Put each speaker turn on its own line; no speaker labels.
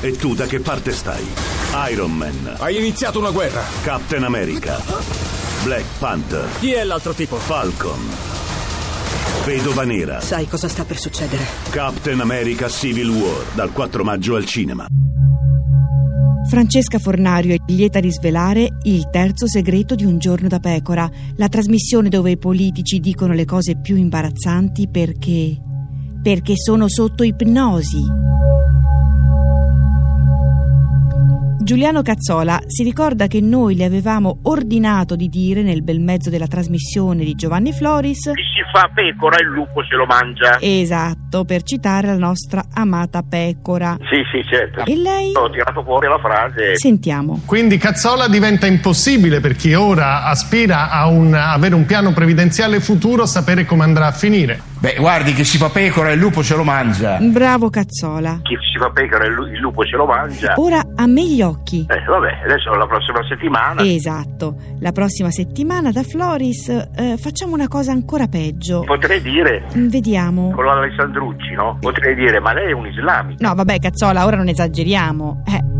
E tu da che parte stai? Iron Man,
Hai iniziato una guerra.
Captain America, Black Panther,
Chi è l'altro tipo?
Falcon, Vedova Nera,
Sai cosa sta per succedere?
Captain America Civil War, dal 4 maggio al cinema.
Francesca Fornario è lieta di svelare Il terzo segreto di Un giorno da pecora, la trasmissione dove i politici dicono le cose più imbarazzanti perché. perché sono sotto ipnosi. Giuliano Cazzola si ricorda che noi le avevamo ordinato di dire nel bel mezzo della trasmissione di Giovanni Floris.
Chi si fa pecora il lupo se lo mangia.
Esatto, per citare la nostra amata pecora.
Sì, sì, certo.
E lei?
Ho tirato fuori la frase.
Sentiamo.
Quindi Cazzola diventa impossibile per chi ora aspira a un- avere un piano previdenziale futuro sapere come andrà a finire.
Beh, guardi che si fa pecora e il lupo se lo mangia.
Bravo Cazzola.
Chi si fa pecora il lu- il lupo se lo mangia.
Ora a me gli occhi.
Eh, vabbè, adesso la prossima settimana.
Esatto, la prossima settimana da Floris eh, facciamo una cosa ancora peggio.
Potrei dire,
Mm, Vediamo.
con l'Alessandrucci, no? Potrei dire, ma lei è un islamico.
No, vabbè, cazzola, ora non esageriamo. Eh,